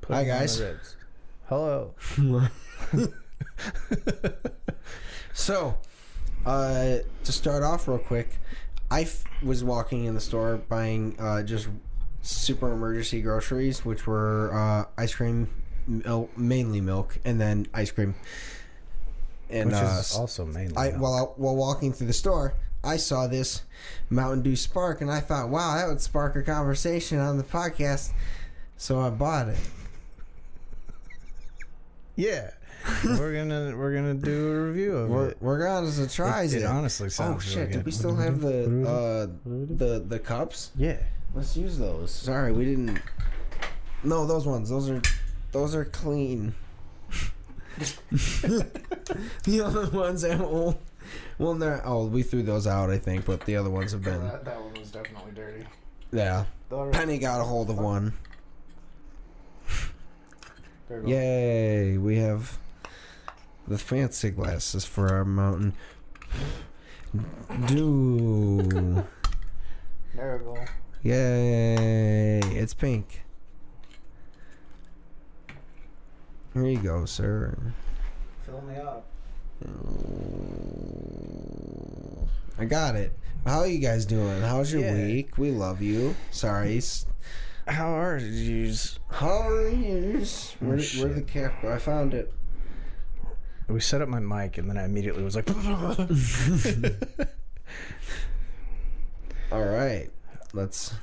Put it Hi, on the guys. ribs. Hello. So, uh, to start off real quick, I f- was walking in the store buying uh, just super emergency groceries, which were uh, ice cream, mil- mainly milk, and then ice cream. And Which uh, is s- also mainly. I milk. while I, while walking through the store, I saw this Mountain Dew Spark, and I thought, wow, that would spark a conversation on the podcast. So I bought it. yeah. we're gonna we're gonna do a review of We're, it. we're gonna surprise it it. honestly Oh sounds shit! really Did good. we still have the uh, the the cups? Yeah. Let's use those. Sorry, we didn't. No, those ones. Those are those are clean. the other ones I'm old. Well, they're oh we threw those out I think, but the other ones have been That, that one was definitely dirty. yeah. All right, Penny got a hold of one. there we go. Yay! We have the fancy glasses for our mountain. Dew. There we go. Yay! It's pink. Here you go, sir. Fill me up. I got it. How are you guys doing? How's your Yeah. week? We love you. Sorry. s- How are yous? How are you? S- Where, where Oh, shit. the cap? go? I found it. We set up my mic and then I immediately was like, All right. Let's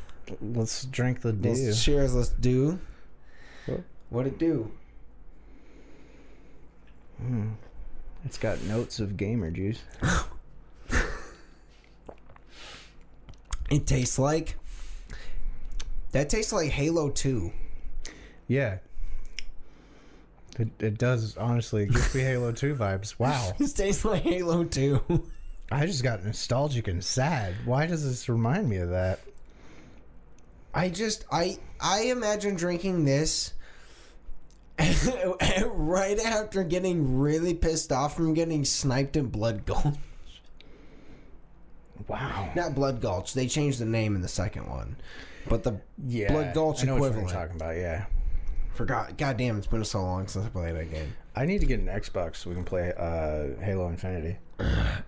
let's drink the let's dew. cheers. Let's do. What? What it do? Mm. It's got notes of gamer juice. It tastes like. That tastes like Halo Two. Yeah. It, it does honestly it gives me Halo 2 vibes. Wow. It tastes like Halo Two. I just got nostalgic and sad. Why does this remind me of that? I just I I imagine drinking this right after getting really pissed off from getting sniped in Blood Gulch. Wow. Not Blood Gulch. They changed the name in the second one, but the Yeah. Blood Gulch I know what you're equivalent. talking about, yeah. forgot. God damn, it's been so long since I played that game. I need to get an Xbox so we can play uh, Halo Infinity.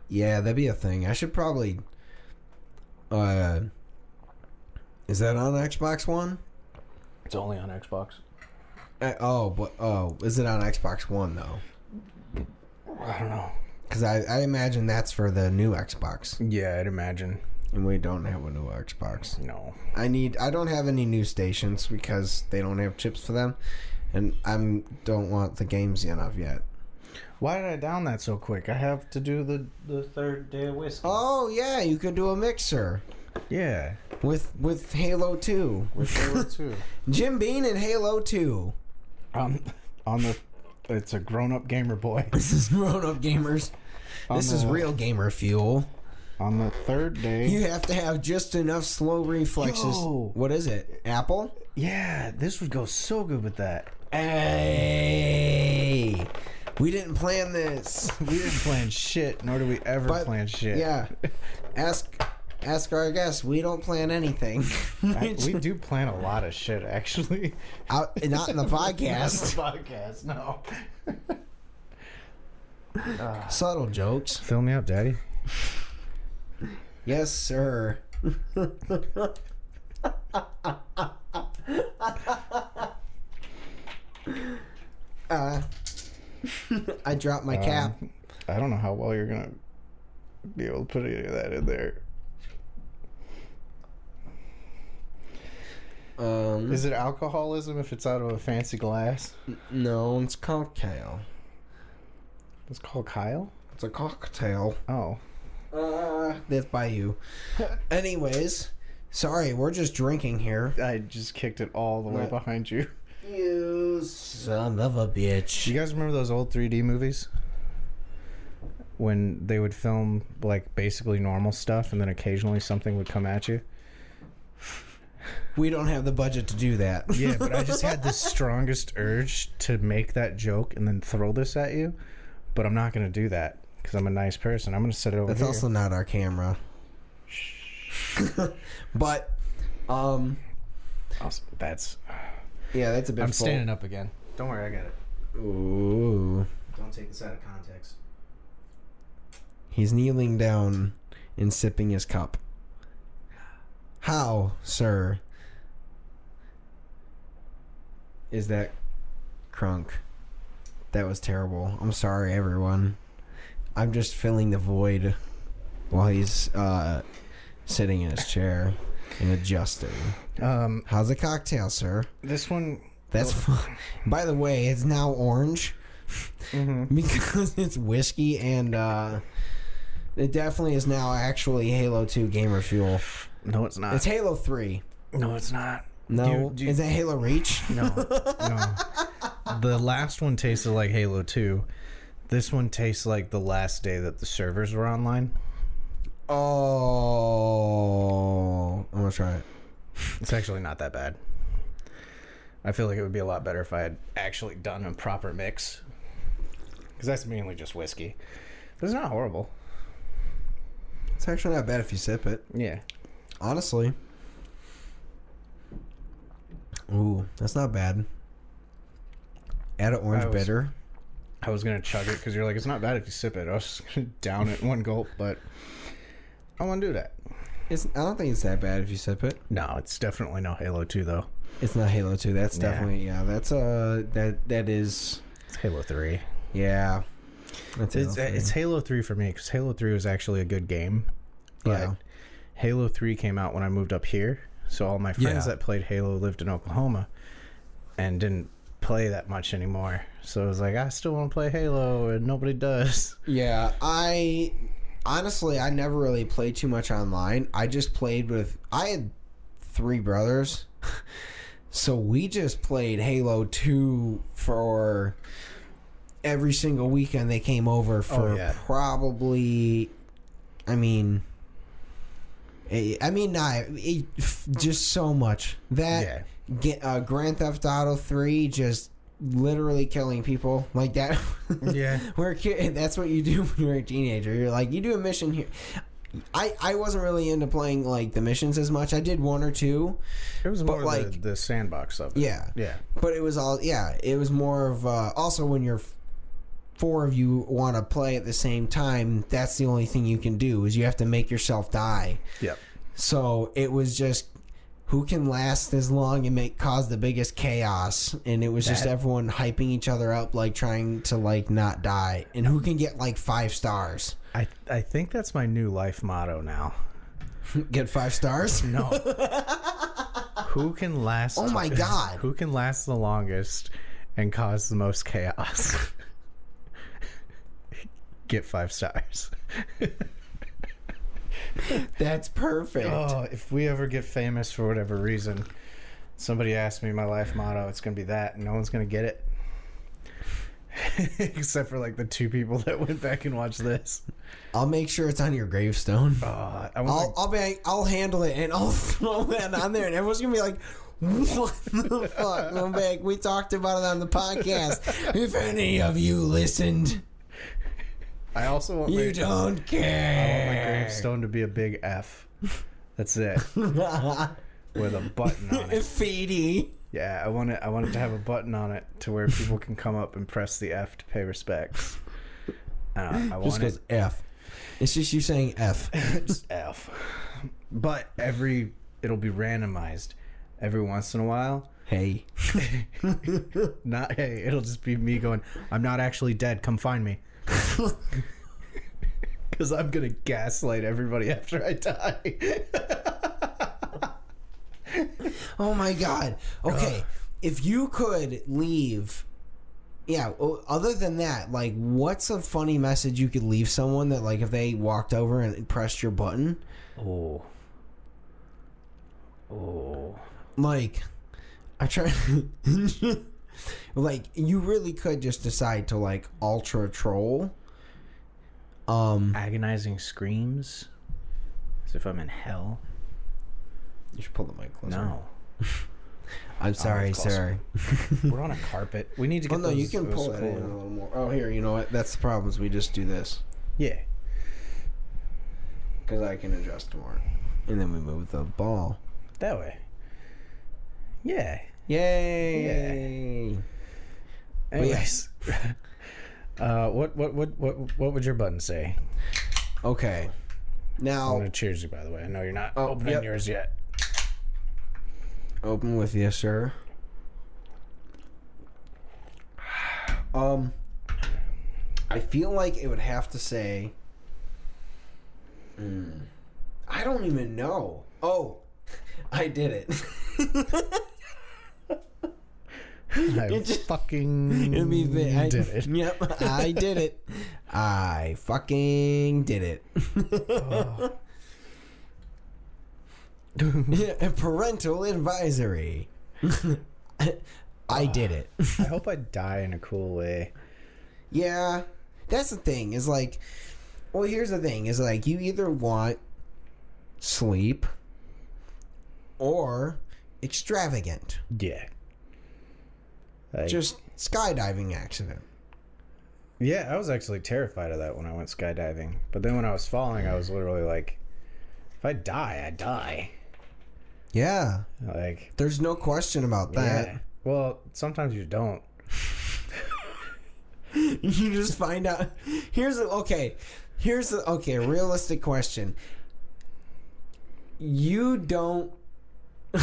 Yeah, that'd be a thing. I should probably. Uh, is that on Xbox One? It's only on Xbox. Uh, oh, but oh, is it on Xbox One though? I don't know. Because I, I imagine that's for the new Xbox, Yeah, I'd imagine. and we don't have a new Xbox. No. I need. I don't have any new stations because they don't have chips for them, and I'm don't want the games enough yet. Why did I down that so quick? I have to do the, the third day of whiskey. Oh yeah, you could do a mixer Yeah. with with Halo Two, With Halo 2. Jim Bean and Halo Two. Um, on the. It's a grown up gamer boy. This is grown up gamers. This is the- real gamer fuel. On the third day. You have to have just enough slow reflexes. Yo. What is it? Apple? Yeah, this would go so good with that. Hey, we didn't plan this. We didn't plan shit, nor do we ever But- plan shit. Yeah. Ask ask our guests. We don't plan anything. I- we do plan a lot of shit, actually. Out, not in the podcast. podcast, no. Subtle jokes. Fill me up, Daddy. Yes, sir. uh, I dropped Um, my cap. I don't know how well you're gonna be able to put any of that in there. Um, Is it alcoholism if it's out of a fancy glass? no, it's cocktail. It's called Kyle. It's a cocktail. Oh, Uh, that's by you. Anyways, sorry, we're just drinking here. I just kicked it all the way What? behind you. You son of a Do bitch. you guys remember those old 3D movies? When they would film like basically normal stuff and then occasionally something would come at you? We don't have the budget to do that. Yeah, but I just had the strongest urge to make that joke and then throw this at you. But I'm not going to do that because I'm a nice person. I'm going to set it over That's here. also not our camera. but um Also- That's. Yeah, that's a bit. I'm full. standing up again. Don't worry, I got it. Ooh, Don't take this out of context. he's kneeling down and sipping his cup. How, sir, is that crunk? That was terrible. I'm sorry, everyone. I'm just filling the void while he's uh, sitting in his chair and adjusting. Um, How's the cocktail, sir? this one. That's fu- by the way, it's now orange Mm-hmm. mhm. because it's whiskey and uh, it definitely is now actually Halo Two gamer fuel. No, it's not. It's Halo Three. no, it's not. No, Do you- do you- is that Halo Reach? No, no. The last one tasted like Halo 2. This one tastes like the last day that the servers were online. Oh, I'm gonna try it. It's actually not that bad. I feel like it would be a lot better if I had actually done a proper mix. Because that's mainly just whiskey. But it's not horrible. It's actually not bad if you sip it, Yeah. honestly. Ooh, that's not bad. Add an orange I was- bitter. I was going to chug it because you're like, it's not bad if you sip it. I was just going to down it in one gulp, but I want to do that. It's, I don't think it's that bad if you sip it. No, it's definitely no Halo 2, though. It's not Halo Two. That's Yeah. definitely yeah. That's uh that that is It's Halo 3. yeah. That's It's, Halo it's 3. Halo 3 for me because Halo 3 was actually a good game. But yeah. Halo 3 came out when I moved up here. So all my friends Yeah. that played Halo lived in Oklahoma and didn't play that much anymore. So it was like, I still want to play Halo and nobody does. Yeah, I honestly I never really played too much online. I just played with I had three brothers. So we just played Halo 2 for every single weekend they came over for Oh, yeah. probably I mean I I mean not it, just so much. That Yeah. get uh, Grand Theft Auto 3 just literally killing people like that. Yeah. We're a kid, that's what you do when you're a teenager. You're like, you do a mission here. I, I wasn't really into playing like the missions as much. I did one or two. It was more like- the, the sandbox of it. Yeah. Yeah. But it was all yeah, it was more of uh, also when you're f- four of you want to play at the same time, that's the only thing you can do is you have to make yourself die. Yep. So it was just who can last as long and make cause the biggest chaos and it was just That- everyone hyping each other up like trying to like not die and who can get like five stars I, I think that's my new life motto now. get five stars No. who can last? Oh my God. Who can last the longest and cause the most chaos? Get five stars. that's perfect Oh, if we ever get famous for whatever reason, somebody asked me my life motto, it's gonna be that, and no one's gonna get it. Except for like the two people that went back and watched this. i'll make sure it's on your gravestone Oh, I I'll, want I'll be I'll handle it and I'll throw that on there and everyone's gonna be like what the fuck I'm like, we talked about it on the podcast if any of you listened my, I also want you my, don't I want my care gravestone to be a big F. That's it. With a button on it. Feedy Yeah, I want it I want it to have a button on it to where people can come up and press the F to pay respects. Uh, I just want it goes F it's just you saying F Just F. But every it'll be randomized every once in a while. hey Not hey, it'll just be me going, I'm not actually dead, come find me. Cause I'm gonna gaslight everybody after I die. oh my god okay if you could leave yeah o- other than that like what's a funny message you could leave someone that like if they walked over and pressed your button oh. Oh. like I try like you really could just decide to like ultra troll. Um Agonizing screams. As if I'm in hell. you should pull the mic closer. No. Oh, I'm sorry, closer. sir. We're on a carpet. We need to Oh get no, those- you can those pull it in cool- a little more. Oh here, you know what? That's the problem is we just do this Yeah. cuz I can adjust more. And then we move the ball. That way. Yeah. Yay! Anyways, uh, what what what what what would your button say? Okay. I'm Now gonna cheers you, by the way. I know you're not Oh, opening yep. yours yet. open with you, sir. Um, I feel like it would have to say. Mm, I don't even know. Oh, I did it. I It just- fucking Let me think. I, did it. Yep, I did it. I fucking did it. Yeah, Parental advisory. I did it. I hope I die in a cool way. Yeah, that's the thing. Is like, well, here's the thing. Is like you either want sleep or extravagant, Yeah. Like- just skydiving accident. Yeah, I was actually terrified of that when I went skydiving. But then when I was falling, I was literally like, if I die, I die. Yeah, Like, there's no question about that. yeah. Well, sometimes you don't. you just find out. Here's a, okay. Here's a, okay. Realistic question. You don't.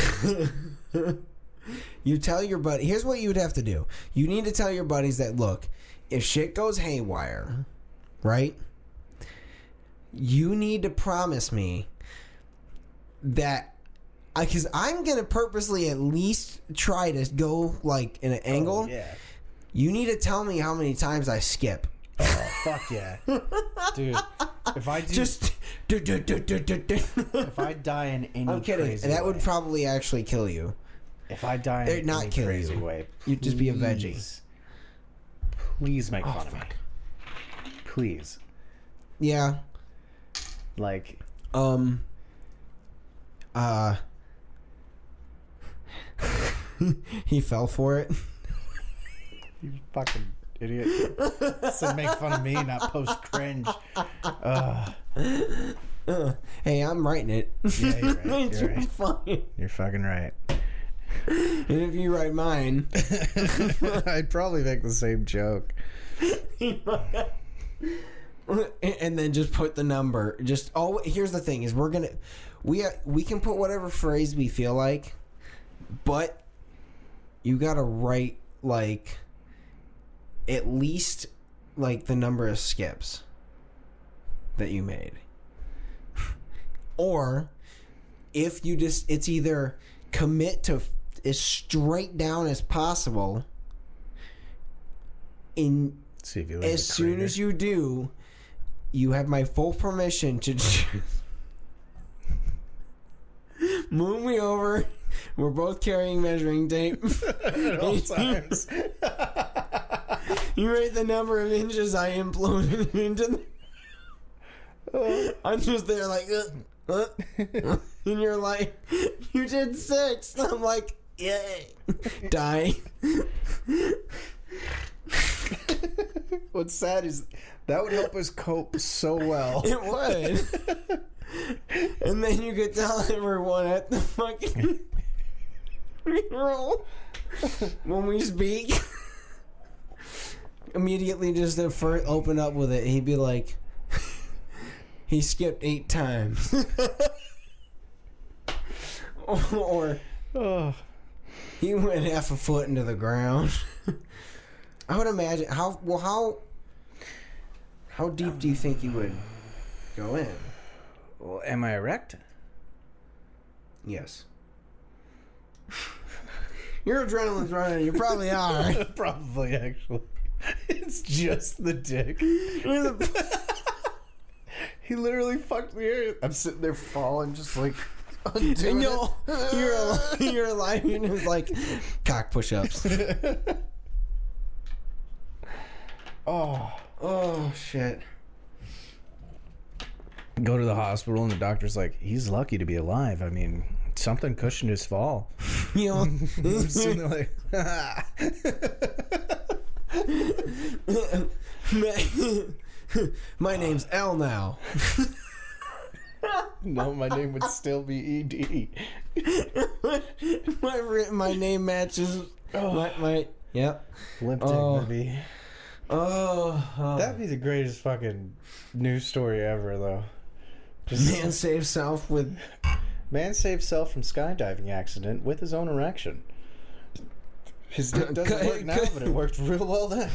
you tell your buddy. Here's what you would have to do. You need to tell your buddies that look, if shit goes haywire, right? You need to promise me that. Because I'm gonna purposely at least try to go like in an angle. Oh, Yeah. You need to tell me how many times I skip. Oh, fuck yeah. Dude, if I do, Just. Du, du, du, du, du, du. if I die in any I'm kidding. crazy That way, would probably actually kill you. if I die they're in not any killing crazy you. way, You'd just be a veggie. Oh, please- Please make fun of me. fuck. Please. Yeah. Like, Um. Uh. he fell for it. you fucking idiot. Said make fun of me, not post cringe. Ugh. Uh, hey, I'm writing it. Yeah, you're right, It's you're right. fine. You're fucking right. And if you write mine, I'd probably make the same joke. and then just put the number. Just oh, here's the thing: is we're gonna we uh, we can put whatever phrase we feel like, but you gotta write like at least like the number of skips that you made, or if you just it's either commit to f- as straight down as possible. In See if you leave as soon as you do, you have my full permission to just move me over. We're both carrying measuring tape. at all times. you rate the number of inches I imploded into. The- I'm just there like, uh, uh, uh, and you're like, you did six. I'm like, yay, die. What's sad is that would help us cope so well. It would. and then you could tell everyone at the fucking roll when we speak. Immediately, just to first open up with it, he'd be like, he skipped eight times. or oh, he went half a foot into the ground. I would imagine how well how how deep do you think you would go in? well, am I erect? Yes. Your adrenaline's running. You probably are. Probably, actually. It's just the dick. he literally fucked me. Up. I'm sitting there falling, just like and undoing you'll, it. you're al- you're alive and it's like cock push-ups. oh. Oh shit. Go to the hospital, and the doctor's like, "He's lucky to be alive. I mean, something cushioned his fall." You know, I'm sitting there like, my, my name's L now. No, my name would still be E Ed. my ri- my name matches my my. Yep. Limp Oh. would be. Oh, oh. That'd be the greatest fucking news story ever, though. Just man man, saves self with saves self from skydiving accident with his own erection. His dick doesn't work now, but it worked real well then.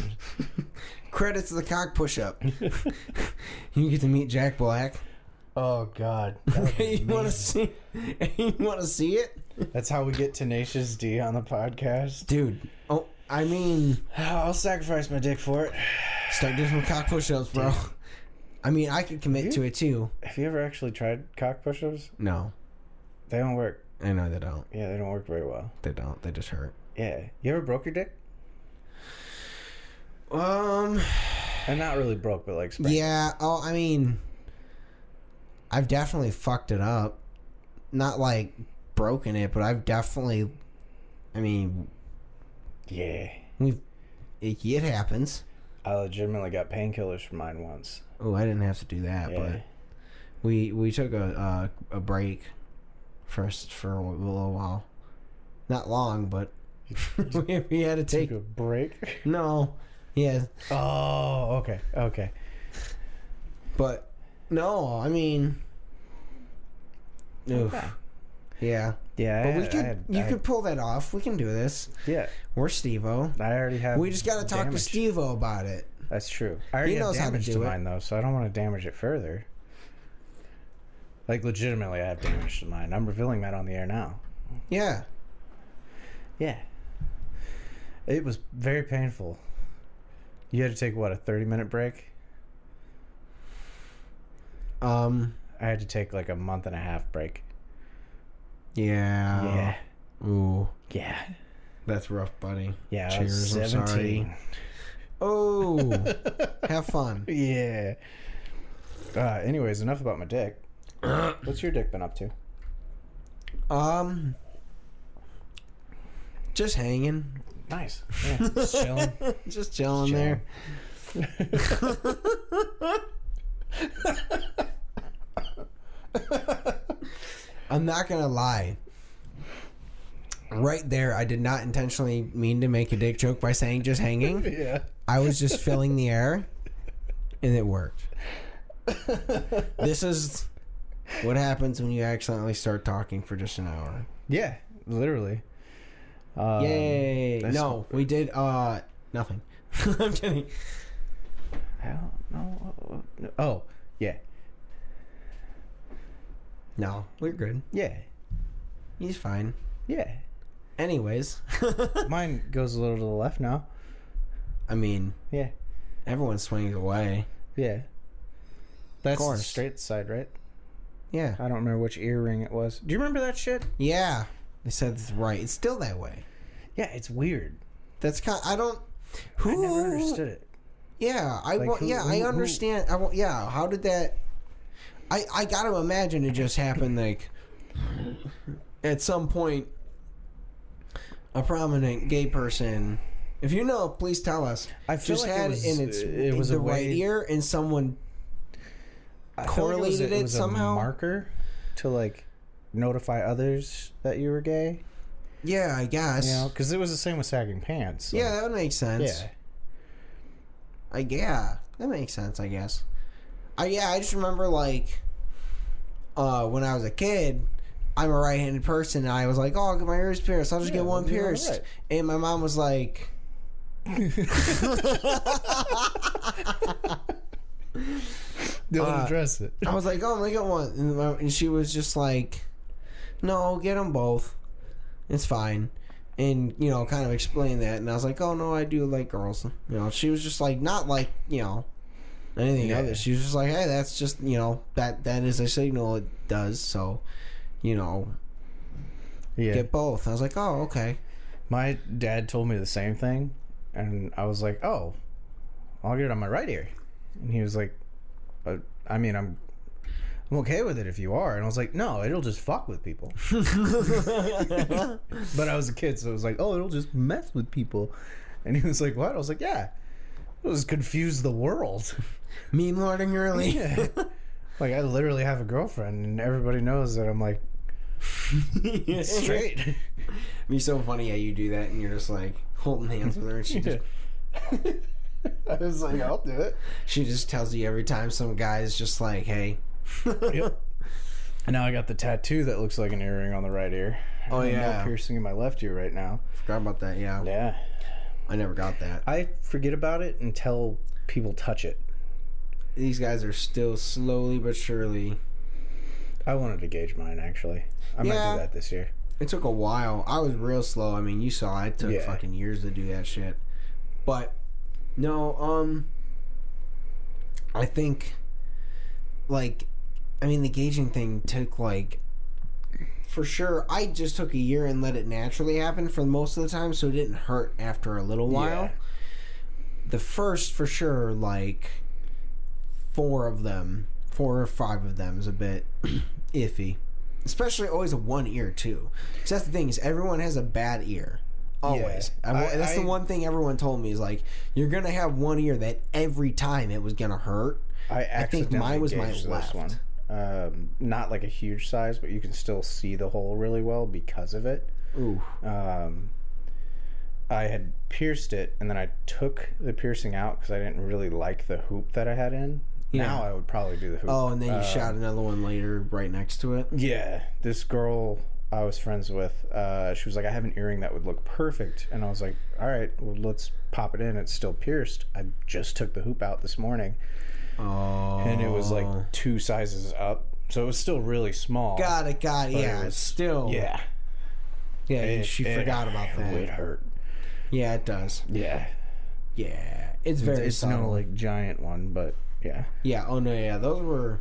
credits to the cock push up. you get to meet Jack Black. oh God, that would be you want to amazing. see? You want to see it, that's how we get Tenacious D on the podcast. dude? Oh, I mean, I'll sacrifice my dick for it. start doing some cock push ups, bro. I mean, I could commit to it too. Have you ever actually tried cock push-ups? No, They don't work. I know they don't. Yeah, they don't work very well. They don't. They just hurt. Yeah, you ever broke your dick? Um. And Uh, not really broke, but like sprained. Yeah. Oh, I mean, I've definitely fucked it up. Not like broken it, but I've definitely. I mean, Yeah, we've. It, it happens. I legitimately got painkillers for mine once. Oh, I didn't have to do that, Yeah. but we we took a uh, a break first for a little while. Not long, but we, we had to take. Take a break. No, yeah, Oh, okay, okay. but no, I mean, oof, yeah. Yeah, But I we had- could, I had- you I- could pull that off. We can do this. yeah. We're Stevo. I already have. We just got to talk damage. to Stevo about it. That's true. I already knows how have to damage do to it. mine though, so I don't want to damage it further. Like legitimately, I have damage to mine. I'm revealing that on the air now. Yeah, Yeah. It was very painful. You had to take what a thirty-minute break. um, I had to take like a month and a half break. yeah, yeah. Ooh, Yeah. that's rough, buddy. Yeah. I was Cheers, I'm sorry. 17. Oh, have fun. yeah. Uh, anyways, enough about my dick. What's your dick been up to? Um, just hanging, Nice. Yeah. Just chilling. just chilling Chilling. there. I'm not gonna lie. Right there, I did not intentionally mean to make a dick joke by saying just hanging. yeah. I was just filling the air, and it worked. this is what happens when you accidentally start talking for just an hour. Yeah. Literally. Um, Yay! that's- No, we did uh nothing. I'm kidding. I don't know. Oh, yeah. No, we're good. Yeah. He's fine. Yeah. Anyways, Mine goes a little to the left now. I mean, Yeah. everyone swings away. Yeah. That's the course. straight side, right? Yeah, I don't remember which earring it was. Do you remember that shit? yeah. They said it's right. It's still that way. Yeah, it's weird. That's kind. I don't. Who? I never understood it. Yeah, I Like, want. who- Yeah, who- I who- understand. I want. Yeah, how did that? I I gotta imagine it just happened. Like at some point, a prominent gay person. If you know, please tell us. I feel Just like it had was- it in its it was in a the right way- ear, and someone. I feel like was correlated a- it was a somehow? marker to like notify others that you were gay. Yeah, I guess. You know, because it was the same with sagging pants. like, yeah, that would make sense. yeah, I yeah, that makes sense. I guess. I yeah, I just remember like, uh, when I was a kid, I'm a right-handed person, and I was like, oh, I'll get my ears pierced. I'll just Yeah, get one you're pierced. right. And my mom was like, don't Uh, address it. I was like, oh, I'm gonna get one, and, my, and she was just like, no, get them both. It's fine. And you know, kind of explained that, and I was like, "Oh no, I do like girls." You know, she was just like, not like you know, anything Yeah. other. She was just like, "Hey, that's just you know that that is a signal. It does so, you know, Yeah, get both." I was like, "Oh, okay." my dad told me the same thing, and I was like, "Oh, I'll get it on my right ear," and he was like, "Uh, "I mean, I'm." I'm okay with it if you are, and I was like, no, it'll just fuck with people. But I was a kid, so it was like, oh, it'll just mess with people. And he was like, what? I was like, yeah, it'll just confuse the world. Meme lording early. Yeah. Like I literally have a girlfriend, and everybody knows that I'm like straight. It'd be so funny how you do that and you're just like holding hands with her and she just I was like, I'll do it. she just tells you every time some guy is just like, hey. Yep. And now I got the tattoo that looks like an earring on the right ear. Oh, And yeah. no piercing in my left ear right now. Forgot about that. Yeah, Yeah, I never got that. I forget about it until people touch it. These guys are still slowly but surely. I wanted to gauge mine actually. I might Yeah. do that this year. It took a while. I was real slow. I mean, you saw it took Yeah. fucking years to do that shit. But no, um, I think like I mean the gauging thing took like for sure. I just took a year and let it naturally happen for most of the time, so it didn't hurt after a little while. Yeah. The first for sure, like four of them, four or five of them is a bit iffy. Especially always a one ear too. So that's the thing is everyone has a bad ear. Always. Yeah. I- I- that's the I- one thing everyone told me is like you're gonna have one ear that every time it was gonna hurt. I think accidentally mine was my gauged left. This one. Um, not like a huge size, but you can still see the hole really well because of it. Ooh. um, I had pierced it, and then I took the piercing out because I didn't really like the hoop that I had in. Yeah. Now I would probably do the hoop. Oh, and then you Uh, shot another one later right next to it. Yeah, this girl I was friends with, uh, she was like, "I have an earring that would look perfect," and I was like, "All right, well, let's pop it in. It's still pierced. I just took the hoop out this morning, Oh. and it was like two sizes up, so it was still really small." Got it, got it. But it Yeah, was- it's still. Yeah, Yeah, It- she it- forgot about It that. hurt. Yeah, it does. Yeah, Yeah. It's very it's subtle. not a like giant one, but yeah. Yeah. Oh no. Yeah. Those were.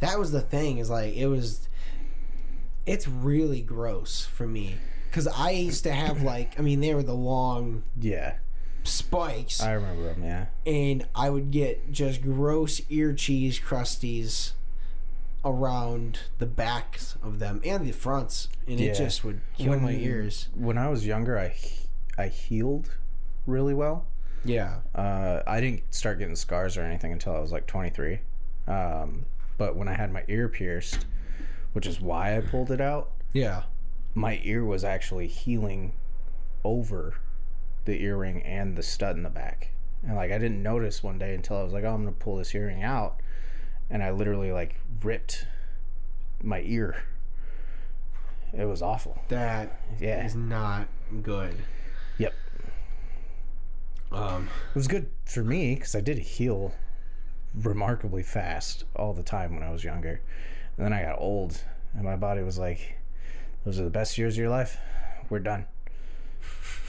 That was the thing. Is like it was. It's really gross for me because I used to have like I mean they were the long Yeah, spikes I remember them. Yeah, and I would get just gross ear cheese crusties around the backs of them and the fronts and Yeah. it just would kill When my you- ears. when I was younger, I he- I healed really well. Yeah. Uh, I didn't start getting scars or anything until I was like 23. Um, but when I had my ear pierced, which is why I pulled it out, Yeah. my ear was actually healing over the earring and the stud in the back. And like I didn't notice one day until I was like, "Oh, I'm gonna pull this earring out," and I literally like ripped my ear. It was awful. That Yeah. is not good. Yep. Um. It was good for me because I did heal remarkably fast all the time when I was younger. And then I got old, and my body was like, Those are the best years of your life. We're done.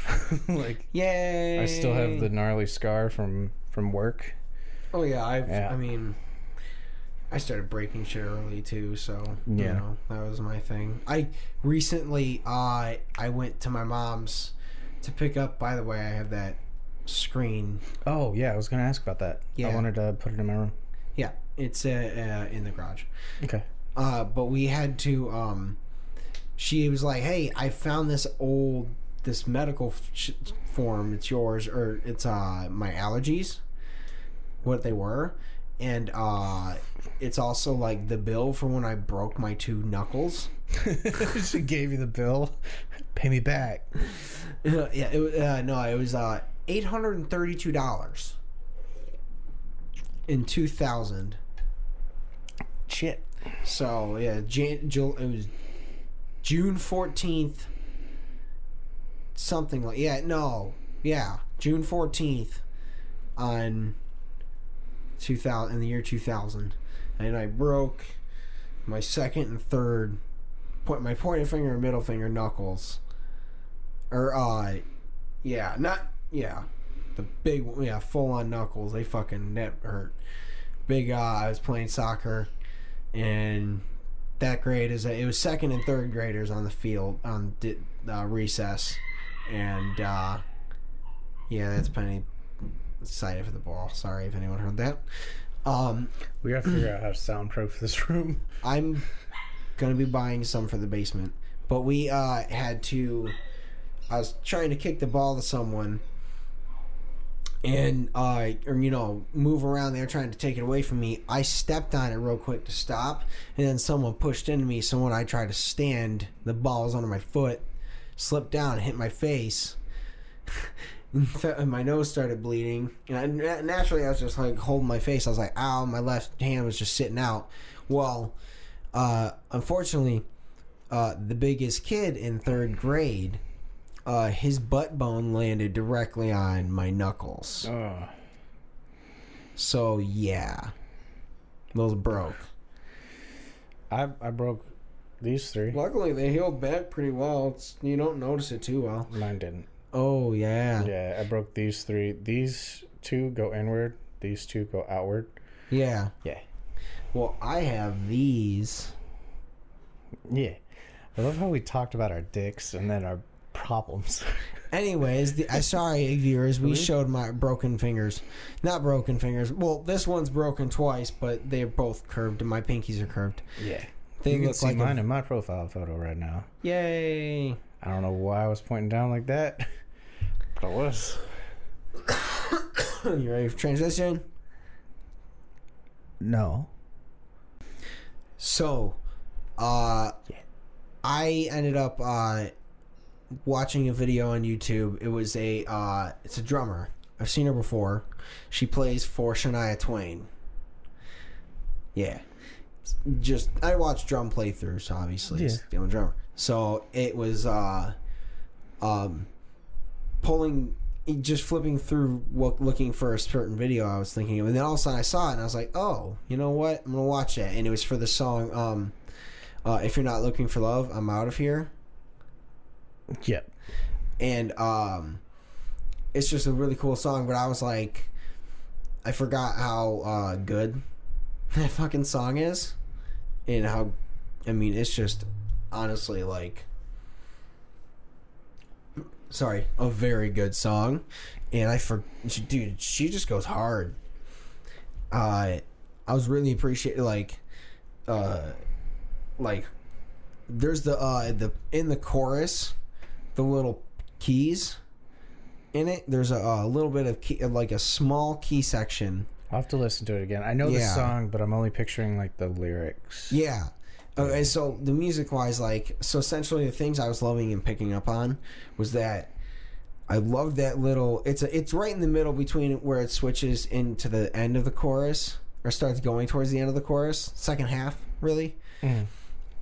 like, Yay. I still have the gnarly scar from from work. Oh yeah, I've. Yeah. I mean, I started breaking shit early too, so you Yeah. know that was my thing. I recently, uh, I went to my mom's to pick up. By the way, I have that screen. Oh, yeah, I was going to ask about that. I Yeah. wanted to put it in my room. Yeah, it's uh, uh, in the garage. Okay. Uh, but we had to. Um, she was like, "Hey, I found this old this medical f- sh- form. It's yours, or it's uh my allergies, what they were, and uh, it's also like the bill for when I broke my two knuckles. she gave you the bill. Pay me back. yeah, it, wa- uh, no, it was uh eight hundred and thirty-two dollars in two thousand. Shit. So yeah, Jan- Jul- it was June fourteenth, something like yeah, no, yeah, June fourteenth, on two thousand in the year two thousand, and I broke my second and third point, my pointer finger and middle finger knuckles, or uh, yeah, not yeah, the big one, yeah, full on knuckles. They fucking that hurt. Big uh, I was playing soccer and that grade is it was second and third graders on the field on di- uh, recess, and uh, yeah, that's penny cited for the ball. Sorry if anyone heard that. Um, We got to figure out how to soundproof this room. I'm gonna be buying some for the basement, but we uh, had to. I was trying to kick the ball to someone, and uh, or you know, move around. They were trying to take it away from me. I stepped on it real quick to stop, and then someone pushed into me. So when I tried to stand, the ball was under my foot, slipped down, hit my face. and my nose started bleeding, and I, na- naturally I was just like holding my face. I was like, "Ow!" My left hand was just sitting out. Well, uh, unfortunately, uh, the biggest kid in third grade, uh, his butt bone landed directly on my knuckles. Oh. So yeah, those broke. I I broke these three. Luckily, they healed back pretty well. It's, you don't notice it too well. Mine didn't. Oh yeah, yeah. Yeah, I broke these three. These two go inward. These two go outward. Yeah. Well, I have these. Yeah. I love how we talked about our dicks and then our problems. Anyways, the, I sorry viewers, we showed my broken fingers, not broken fingers. Well, this one's broken twice, but they're both curved, and my pinkies are curved. yeah. They you can look see like a- mine in my profile photo right now. Yay! I don't know why I was pointing down like that, but I was. you ready for transition? No. So, uh, Yeah. I ended up uh, watching a video on YouTube. It was a uh, it's a drummer. I've seen her before. She plays for Shania Twain. Yeah, just I watch drum playthroughs. Obviously, Yeah. I'm a drummer. So it was uh, um, pulling. Just flipping through, what, looking for a certain video I was thinking of, and then all of a sudden I saw it, and I was like, "Oh, you know what? I'm gonna watch that." And it was for the song um, uh, "If You're Not Looking for Love, I'm Out of Here." Yep. and um, it's just a really cool song. But I was like, I forgot how uh, good that fucking song is, and how, I mean, it's just honestly like, sorry, a very good song, and I for she- dude, she just goes hard. Uh, I was really appreciating like, uh, like. There's the uh the in the chorus, the little keys in it. There's a, a little bit of key, like a small key section. I'll have to listen to it again. I know the Yeah. song, but I'm only picturing like the lyrics. Yeah. Okay, so the music wise, like, so essentially the things I was loving and picking up on was that I loved that little. It's a, it's right in the middle between where it switches into the end of the chorus or starts going towards the end of the chorus, second half, really. Mhm.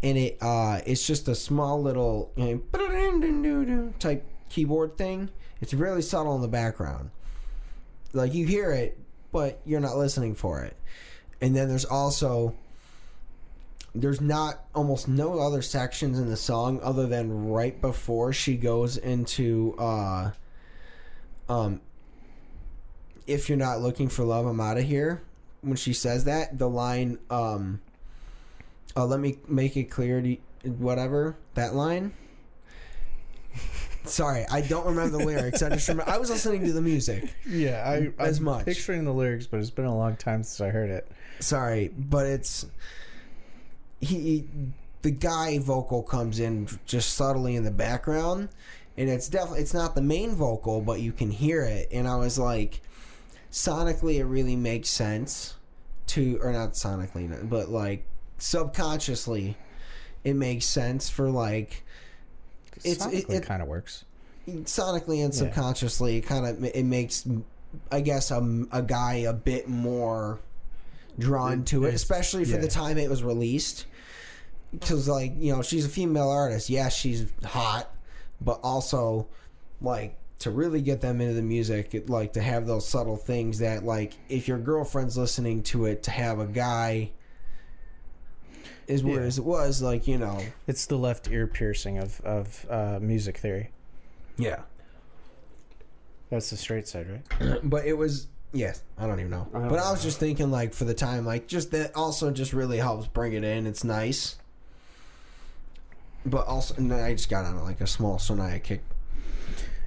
And it uh, it's just a small little you know, type keyboard thing. It's really subtle in the background. Like you hear it, but you're not listening for it. And then there's also there's not almost no other sections in the song other than right before she goes into uh um if you're not looking for love i'm out of here when she says that the line um uh, let me make it clear to y- whatever that line sorry i don't remember the lyrics i just remember i was listening to the music Yeah, I As I'm much. picturing the lyrics, but it's been a long time since I heard it. sorry, but it's he, he- the guy vocal comes in just subtly in the background, and it's definitely it's not the main vocal, but you can hear it. And I was like, sonically, it really makes sense to or not sonically, but like subconsciously, it makes sense for like It's- it- Sonically it- kind of works. sonically and subconsciously it kind of it makes i guess a, a guy a bit more drawn to it It's- especially for the yeah. time it was released because like you know she's a female artist yes she's hot but also like to really get them into the music it, like to have those subtle things that like if your girlfriend's listening to it to have a guy is Yeah. whereas it was like you know It's the left ear piercing of of uh, music theory. yeah That's the straight side, right? but it was yes i don't even know don't but i was just thinking like for the time like just that also just really helps bring it in it's nice but also and then i just got on like a small sonaya kick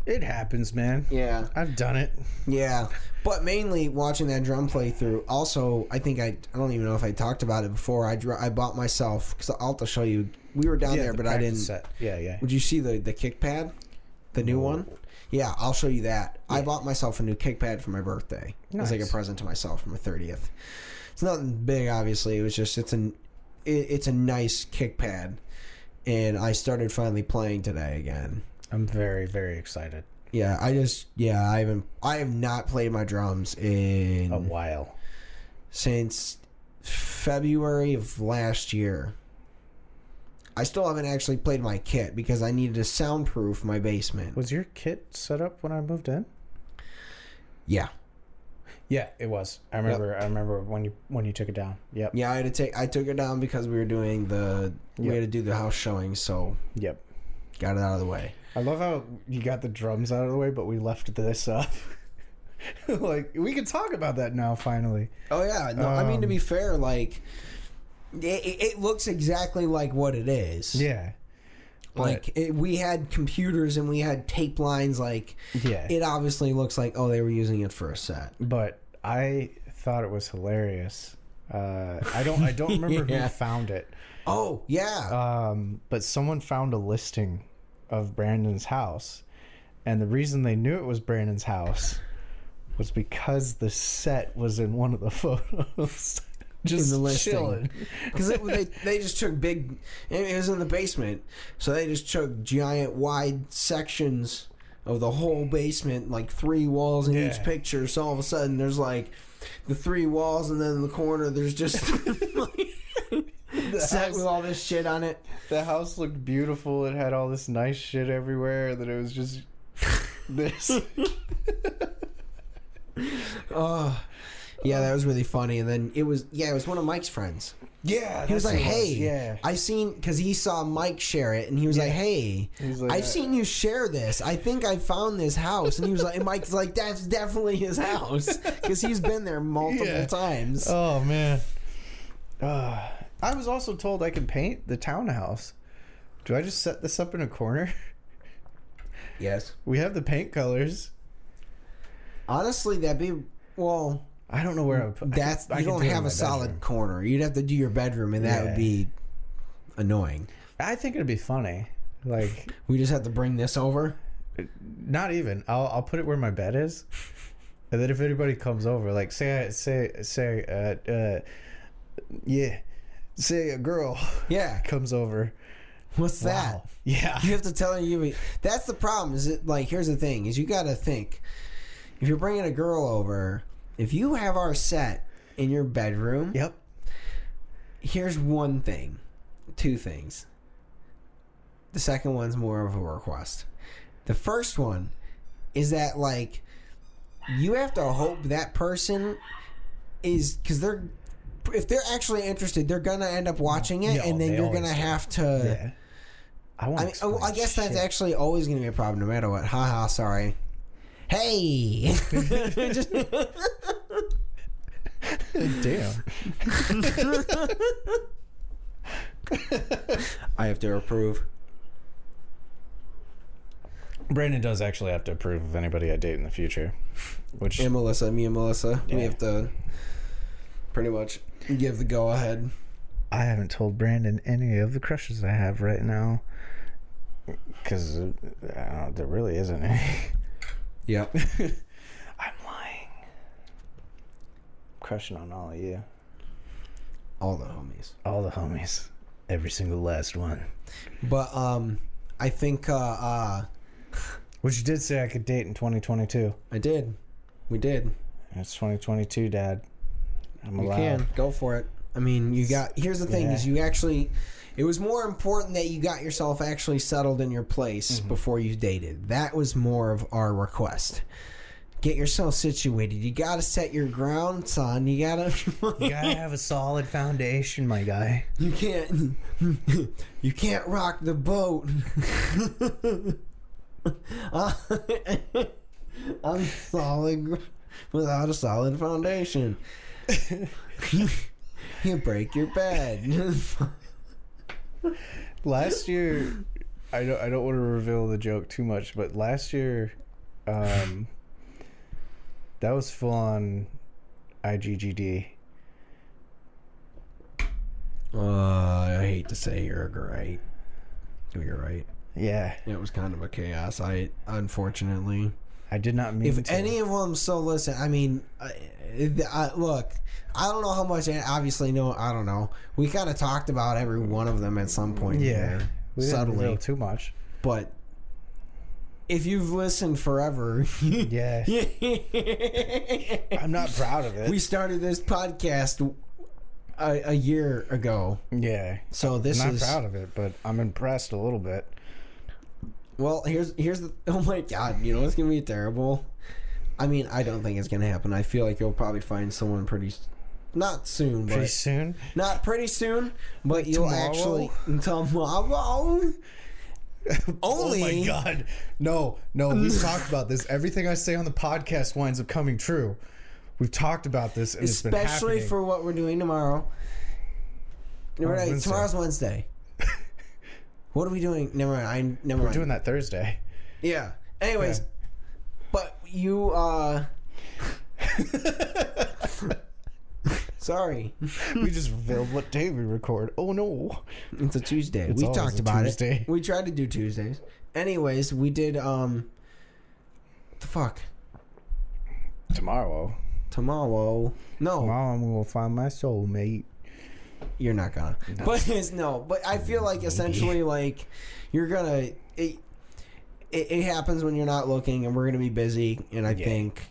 It happens, man. yeah I've done it. yeah but mainly watching that drum playthrough also i think i i don't even know if i talked about it before i dr- i bought myself because i'll have to show you we were down yeah, there the but i practice didn't Set. Yeah, yeah. would you see the the kick pad the new one Yeah, I'll show you that. I bought myself a new kick pad for my birthday. It was like Nice. a present to myself for my thirtieth. It's nothing big, obviously. It was just it's an it, it's a nice kick pad, and I started finally playing today again. I'm very very excited. Yeah, I just yeah I haven't I have not played my drums in A while. since February of last year. I still haven't actually played my kit because I needed to soundproof my basement. Was your kit set up when I moved in? Yeah. Yeah, it was. I remember. I remember when you when you took it down. Yep. Yeah, I had to take I took it down because we were doing the we Yeah. had to do the house showing, so Yep. got it out of the way. I love how you got the drums out of the way, but we left this up. like we can talk about that now. Finally. Oh yeah, no, I mean to Um, be fair, like it, it it looks exactly like what it is. Yeah. like it, we had computers and we had tape lines. Like Yeah. it obviously looks like oh they were using it for a set. but I thought it was hilarious. Uh, I don't. I don't remember Yeah. who found it. Oh yeah, Um, but someone found a listing of Brandon's house, and the reason they knew it was Brandon's house was because the set was in one of the photos. Just the listing. chilling. because they they just took big. It was in the basement, so they just took giant wide sections of the whole basement, like three walls in each Yeah. picture. So all of a sudden, there's like the three walls, and then in the corner, there's just like, set house- with all this shit on it. The house looked beautiful. It had all this nice shit everywhere. That it was just this. Oh. Yeah, that was really funny. And then it was, yeah, it was one of Mike's friends. yeah. He was that's like, what it "Hey, Yeah. I seen because he saw Mike share it, and he was like, "Hey, He's like, I've "I- seen you share this. I think I found this house." And he was like, and "Mike's like, that's definitely his house because he's been there multiple Yeah. times." Oh man. Uh, I was also told I can paint the townhouse. Do I just set this up in a corner? yes, We have the paint colors. honestly, that'd be well. I don't know where I would put. That's I could- I you could don't do it in have my a solid bedroom. corner. You'd have to do your bedroom, and Yeah. that would be annoying. I think it'd be funny. Like, We just have to bring this over. not even. I'll I'll put it where my bed is, and then if anybody comes over, like, say I say say uh, uh yeah, say a girl Yeah, comes over. what's that? Wow. Yeah. You have to tell her you. That's the problem. Is it like here's the thing: is you got to think. If you're bringing a girl over, if you have our set in your bedroom, Yep. here's one thing, two things. The second one's more of a request. The first one is that like you have to hope that person is because they're if they're actually interested, they're gonna end up watching it, No, and then they you're always gonna do. have to. Yeah. I want. I mean, oh, I guess that's shit. actually always going to be a problem, no matter what. Ha ha. Sorry. Hey. Just- damn. I have to approve. Brandon does actually have to approve of anybody I date in the future, which And Melissa, me and Melissa, we Yeah. have to pretty much give the go ahead. I haven't told Brandon any of the crushes I have right now because uh, there really isn't any. Yep. I'm lying. Crushing on all of you, All the homies. all the homies, every single last one. But um, I think uh, uh Which you did say I could date in 2022. I did. We did. It's 2022, Dad. I'm You allowed. can go for it. I mean, you got. Here's the thing: is Yeah. you actually. It was more important that you got yourself actually settled in your place Mm-hmm. before you dated. That was more of our request. Get yourself situated. You got to set your ground, son. You got You to. gotta have a solid foundation, my guy. you can't. You can't rock the boat. I'm solid gr- without a solid foundation. You break your bed. last year I don't I don't want to reveal the joke too much, but last year um that was full on IGGD. Uh, I hate to say you're great. You're right. Yeah, It was kind of a chaos. I unfortunately, I did not mean if to. any of them still listen, I mean, I, I, look, I don't know how much. Obviously, no, I don't know. We kind of talked about every one of them at some point. yeah, here, we didn't subtly, reveal too much. but if you've listened forever, Yeah, I'm not proud of it. we started this podcast a, a year ago, yeah, so this I'm not is proud of it, but I'm impressed a little bit. well. Here's here's the, oh my god, you know it's gonna be terrible. I mean, I don't think it's gonna happen. I feel like you'll probably find someone pretty, s- not soon, Pretty but soon, not pretty soon, but you'll Tomorrow? actually tomorrow. Only Oh my god. No, no, we've talked about this. Everything I say on the podcast winds up coming true. We've talked about this and especially it's been happening. for what we're doing tomorrow. Never Tomorrow's mind, Wednesday. Tomorrow's Wednesday. what are we doing? Never mind. I never we're mind. doing that Thursday. yeah. Anyways, Yeah. but you. uh Sorry, we just revealed what day we record. Oh no. it's a Tuesday. we always talked a about Tuesday. it. We tried to do Tuesdays. Anyways, we did. um The fuck Tomorrow. tomorrow? No, Tomorrow we will find my soulmate. you're not gonna. But it's, no, but I feel like essentially like you're gonna it, it. It happens when you're not looking, and we're gonna be busy. And I Yeah. think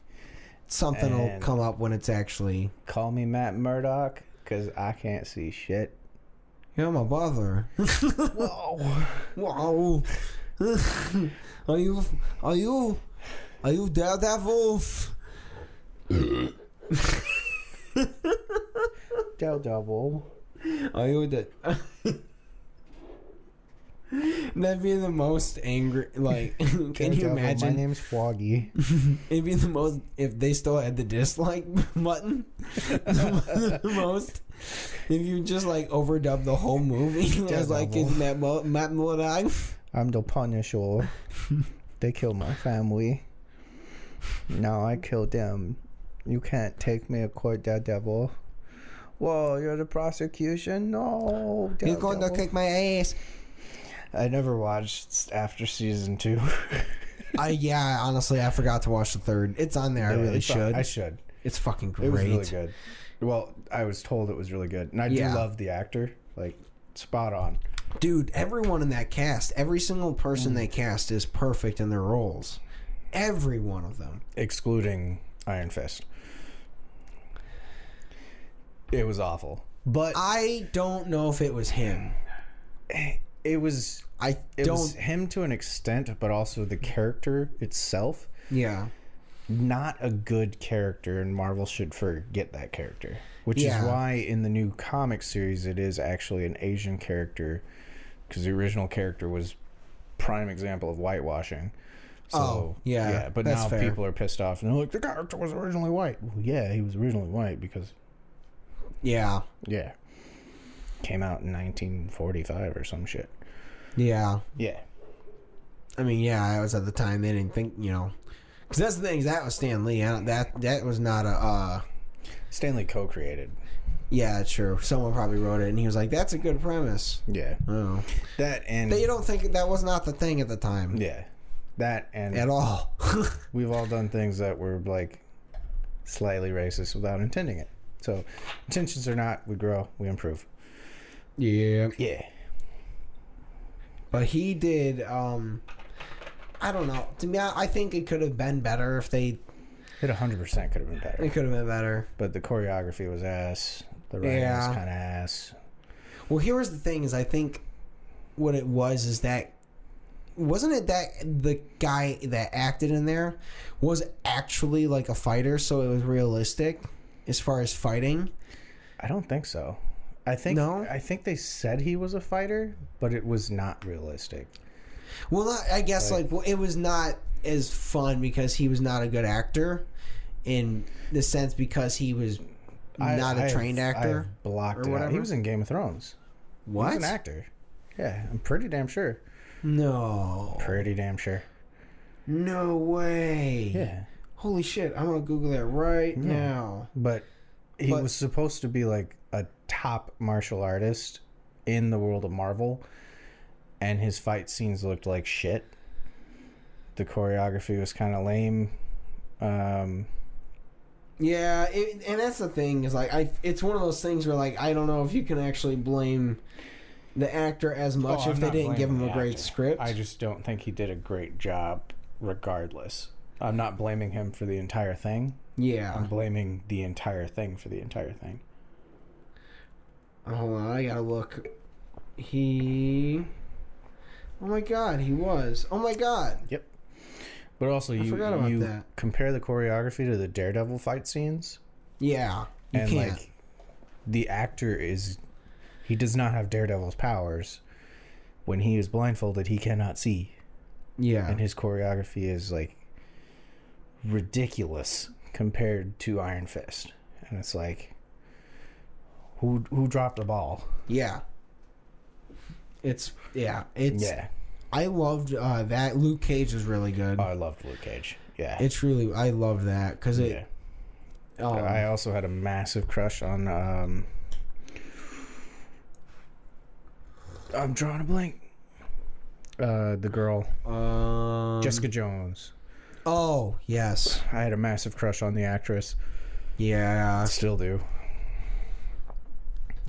something will And- come up when it's actually. Call me Matt Murdock, cause I can't see shit. You're my brother. Whoa. wow. are you? Are you? Are you Daredevil? Del double. Are you the? That'd be the most angry. Like, can you Daredevil, imagine? My name's Foggy. It'd be the most if they still had the dislike button. the most if you just like overdub the whole movie. It was like it's Matt Mo- Matt Mullenag. I'm the Punisher. they killed my family. Now I killed them. You can't take me to court, Daredevil. Whoa, you're the prosecution? No. He's going to Daredevil. kick my ass. I never watched after season two. I yeah, honestly, I forgot to watch the third. It's on there. I really It's- should. I should. it's fucking great. It was really good. Well, I was told it was really good. And I Yeah. do love the actor. Like, spot on. Dude, everyone in that cast, every single Mm. person they cast is perfect in their roles. Every one of them. Excluding Iron Fist. It was awful. But I don't know if it was him. it was I it don't. was him to an extent, but also the character itself. yeah. Not a good character, and Marvel should forget that character. Which Yeah. is why in the new comic series, it is actually an Asian character, because the original character was prime example of whitewashing. So, Oh, yeah, but that's now fair. people are pissed off and they're like, the character was originally white. Well, yeah, he was originally white because Yeah. yeah, came out in 1945 or some shit. Yeah. Yeah, I mean, yeah, I was at the time. They didn't think, you know, because that's the thing. is That was Stan Lee. I don't, that that was not a. Uh, Stanley co-created. yeah, true. Someone probably wrote it, and he was like, "That's a good premise." Yeah, Oh, that and but you don't think that was not the thing at the time Yeah. That and at all. we've all done things that were like slightly racist without intending it. So intentions are not, we grow, we improve. yeah, Yeah. but he did. um I don't know. To me, I I think it could have been better if they. It 100% could have been better. It could have been better. But the choreography was ass. The writing was Yeah. kind of ass. Well, here was the thing: is I think what it was is that wasn't it that the guy that acted in there was actually like a fighter, so it was realistic as far as fighting. I don't think so. I think No? I think they said he was a fighter, but it was not realistic. Well, not, I guess like, well, it was not as fun because he was not a good actor in the sense because he was I- not a I've- trained actor. I've blocked or it out. He whatever? was in Game of Thrones. He was an what? actor. Yeah, I'm pretty damn sure. No, Pretty damn sure. no way. Yeah. Holy shit! I'm gonna Google that right now. but he But- was supposed to be like a top martial artist in the world of Marvel, and his fight scenes looked like shit. The choreography was kind of lame. Um, Yeah, it, and that's the thing is like I. It's one of those things where like I don't know if you can actually blame the actor as much Oh, if I'm they not didn't give him blaming a the great actor. script. I just don't think he did a great job, regardless. I'm not blaming him for the entire thing. yeah. I'm blaming the entire thing for the entire thing. Uh, Hold on, I gotta look. He. Oh my god, he was. Oh my god. But also, you forgot about you that. compare the choreography to the Daredevil fight scenes, Yeah. You and can't. like the actor is he does not have Daredevil's powers. When he is blindfolded, he cannot see, yeah. and his choreography is like ridiculous compared to Iron Fist. And it's like, who who dropped the ball? Yeah. It's yeah. It's Yeah, I loved uh, that. Luke Cage was really good. oh, I loved Luke Cage. Yeah, it's really I love that because yeah. it. um, I also had a massive crush on. Um, I'm drawing a blank. Uh, the girl um, Jessica Jones. Oh yes, I had a massive crush on the actress. I yeah. still do.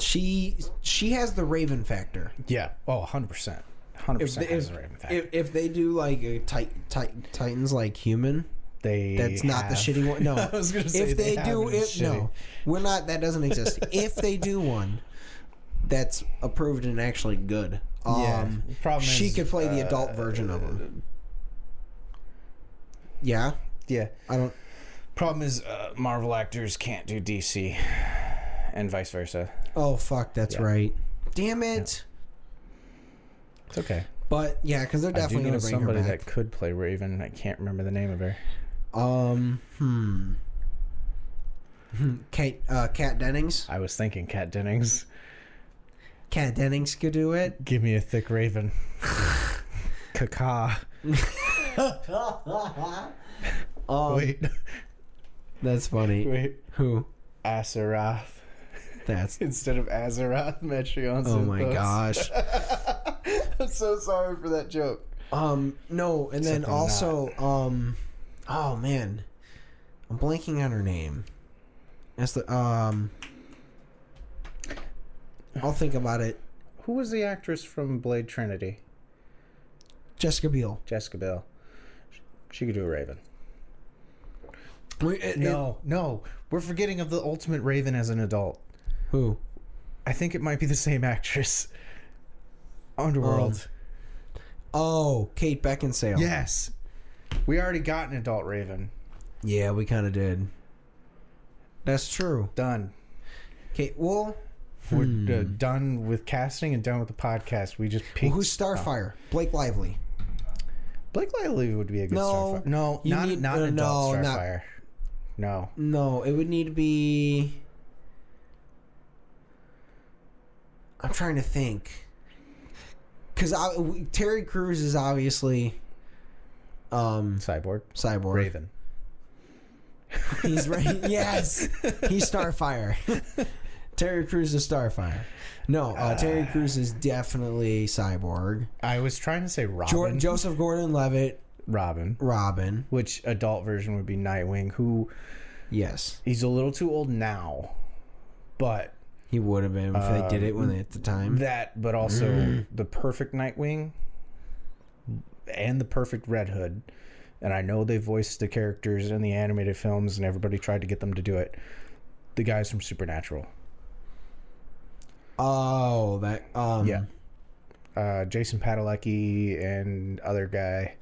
She she has the Raven factor. Yeah. Oh, 100 percent. 100 If percent. they, if, if, if they do like a tit, tit, Titans like human, They. that's not the have- shitty one. No, I was gonna say if they, have do it, it's it, no, shitty. we're not. That doesn't exist. if they do one, that's approved and actually good. Um, Yeah. The problem she is, could play the adult uh, version of him. Yeah, Yeah. I don't. Problem is, uh, Marvel actors can't do DC, and vice versa. Oh fuck, that's Yeah. right. Damn it. It's okay. But yeah, because they're I do definitely know gonna bring her somebody back. that could play Raven. I can't remember the name of her. Um, hmm. Hmm, Kate, uh, Kat Dennings. I was thinking Kat Dennings. Kat Dennings could do it. Give me a thick Raven. Kaka. um, Wait, that's funny. wait. Who? Azeroth. That's. Instead of Azeroth, Metreon. Oh my gosh. I'm so sorry for that joke. Um, no, and then Except I'm also, um, oh man, I'm blanking on her name. That's the um. I'll think about it. Who was the actress from Blade Trinity? Jessica Biel. Jessica Biel. She could do a Raven. Wait, it- No, no. We're forgetting of the ultimate Raven as an adult. it- who? I think it might be the same actress. Underworld. Oh, Kate Beckinsale. yes. We already got an adult Raven. Yeah, we kind of did. That's true. Done. Kate, well, We're uh, done with casting and done with the podcast. We just picked. who's Starfire? Blake Lively. Blake Lively would be a good No, Starfire. No, you not, need- not uh, an no, adult not- Starfire. No. No, it would need to be. I'm trying to think. Because Terry Crews is obviously um, Cyborg. Cyborg. Raven. He's right. yes, he's Starfire. Terry Crews is Starfire. No, uh, Terry Crews is definitely Cyborg. I was trying to say Robin. Jo- Joseph Gordon-Levitt, Robin. Robin. Which adult version would be Nightwing, who Yes, he's a little too old now, but he would have been if they did it when Um, they, at the time. that, but also Mm. the perfect Nightwing and the perfect Red Hood. And I know they voiced the characters in the animated films, and everybody tried to get them to do it. The guys from Supernatural. Oh, that um, Yeah. Uh, Jason Padalecki and other guy,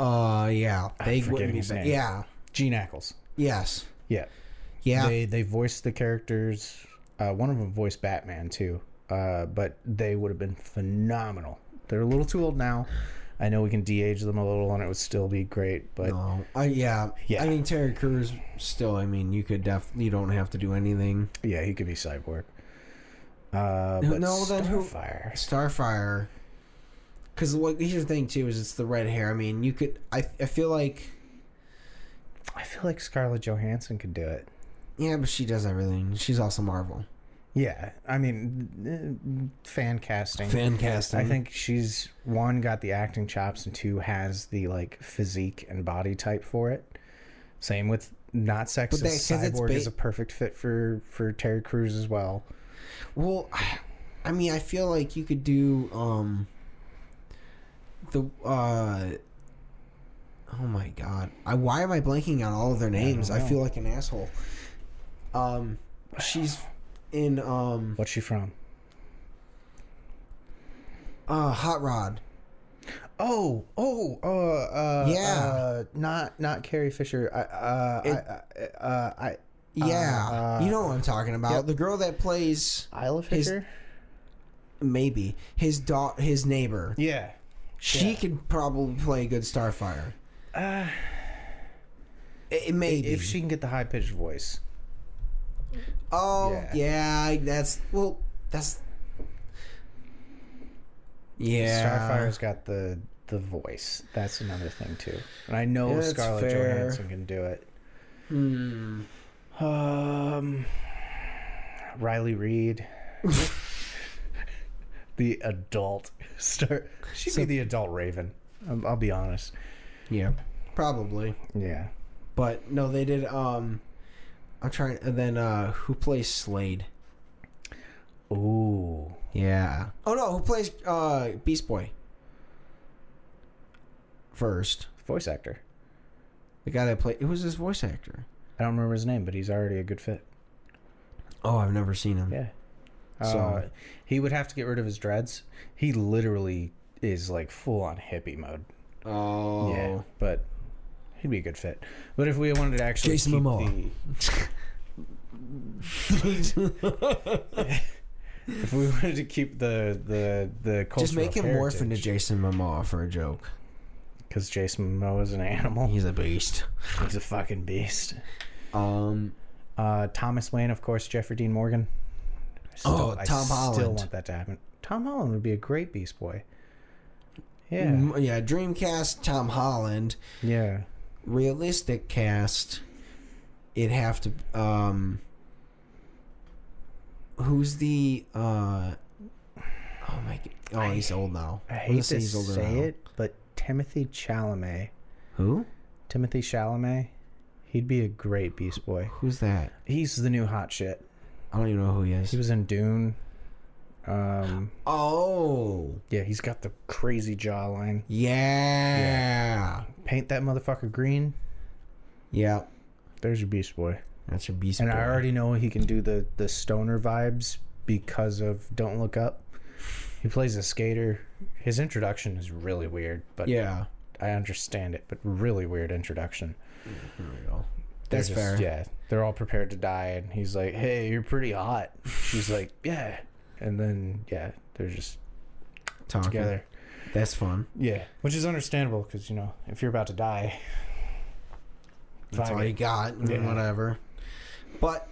Uh, yeah, they forgetting wouldn't be. his Ba- name. yeah, Gene Ackles. yes, Yeah. yeah. They they voiced the characters. Uh, one of them voiced Batman too, uh, but they would have been phenomenal. They're a little too old now. I know we can de-age them a little, and it would still be great. But no, I yeah. Yeah. I mean Terry Crews. Still, I mean, you could def. You don't have to do anything. yeah, he could be Cyborg. Uh, but No, then who- Starfire. Starfire. Because what here's the thing too is it's the red hair. I mean, you could. I I feel like I feel like Scarlett Johansson could do it. yeah, but she does everything. She's also Marvel. Yeah, I mean, uh, fan casting. Fan casting. I think she's one got the acting chops and two has the like physique and body type for it. Same with not sexist. But that- 'cause it's Cyborg ba- is a perfect fit for for Terry Crews as well. Well, I- I mean, I feel like you could do um the uh oh my god, I why am I blanking on all of their names? I, know. feel like an asshole. Um, she's in um What's she from? uh Hot Rod. Oh, oh, uh, uh Yeah. uh, not not Carrie Fisher. I, uh, I, uh, I, Yeah, Uh, you know what I'm talking about. yep. The girl that plays Isla Fisher. maybe his daughter, his neighbor. yeah. She Yeah. could probably play a good Starfire. Uh, It, it maybe if she can get the high pitched voice. Oh Yeah. yeah. that's well, that's yeah. Starfire's got the the voice. That's another thing too. And I know Yeah, that's Scarlett fair. Johansson can do it. Hmm. Um, Riley Reed, the adult star. She'd So- be the adult Raven. Um, I'll be honest. Yeah, probably. Yeah. But no, they did. Um, I'm trying. And then uh, who plays Slade? Ooh. Yeah. Oh no, who plays uh Beast Boy? First, Voice actor. the guy that played who's his voice actor? I don't remember his name, but he's already a good fit. Oh, I've never seen him. Yeah. So- Uh, he would have to get rid of his dreads. He literally is like full on hippie mode. Oh, Yeah, but he'd be a good fit. But if we wanted to actually Jason keep Momoa. the- if we wanted to keep the the the cultural just make him morph into Jason Momoa for a joke. because Jason Momoa is an animal. He's a beast. He's a fucking beast. Um, Uh, Thomas Wayne, of course, Jeffrey Dean Morgan. I Oh, I Tom Still Holland. want that to happen. Tom Holland would be a great Beast Boy. Yeah, m- yeah. Dreamcast, Tom Holland. yeah. Realistic cast, it'd have to. Um, who's the? uh Oh my! g- Oh, he's old now. I I'm hate to gonna say now. it, but Timothy Chalamet, Who? Timothy Chalamet, he'd be a great Beast Boy. Who's that? He's the new hot shit. I don't even know who he is. He was in Dune. Um, oh, yeah, he's got the crazy jawline. yeah, yeah. Paint that motherfucker green. There's your Beast Boy. That's your beast. And boy. I already know he can do the the stoner vibes because of Don't Look Up. He plays a skater. His introduction is really weird, but Yeah. I understand it. But really weird introduction. There we go. They're That's just- fair. Yeah, they're all prepared to die, and he's like, "Hey, you're pretty hot." She's like, "Yeah," and then yeah, they're just Talking. together. That's fun. Yeah, which is understandable because you know if you're about to die, That's Fuck all it. you got. Yeah. Whatever. But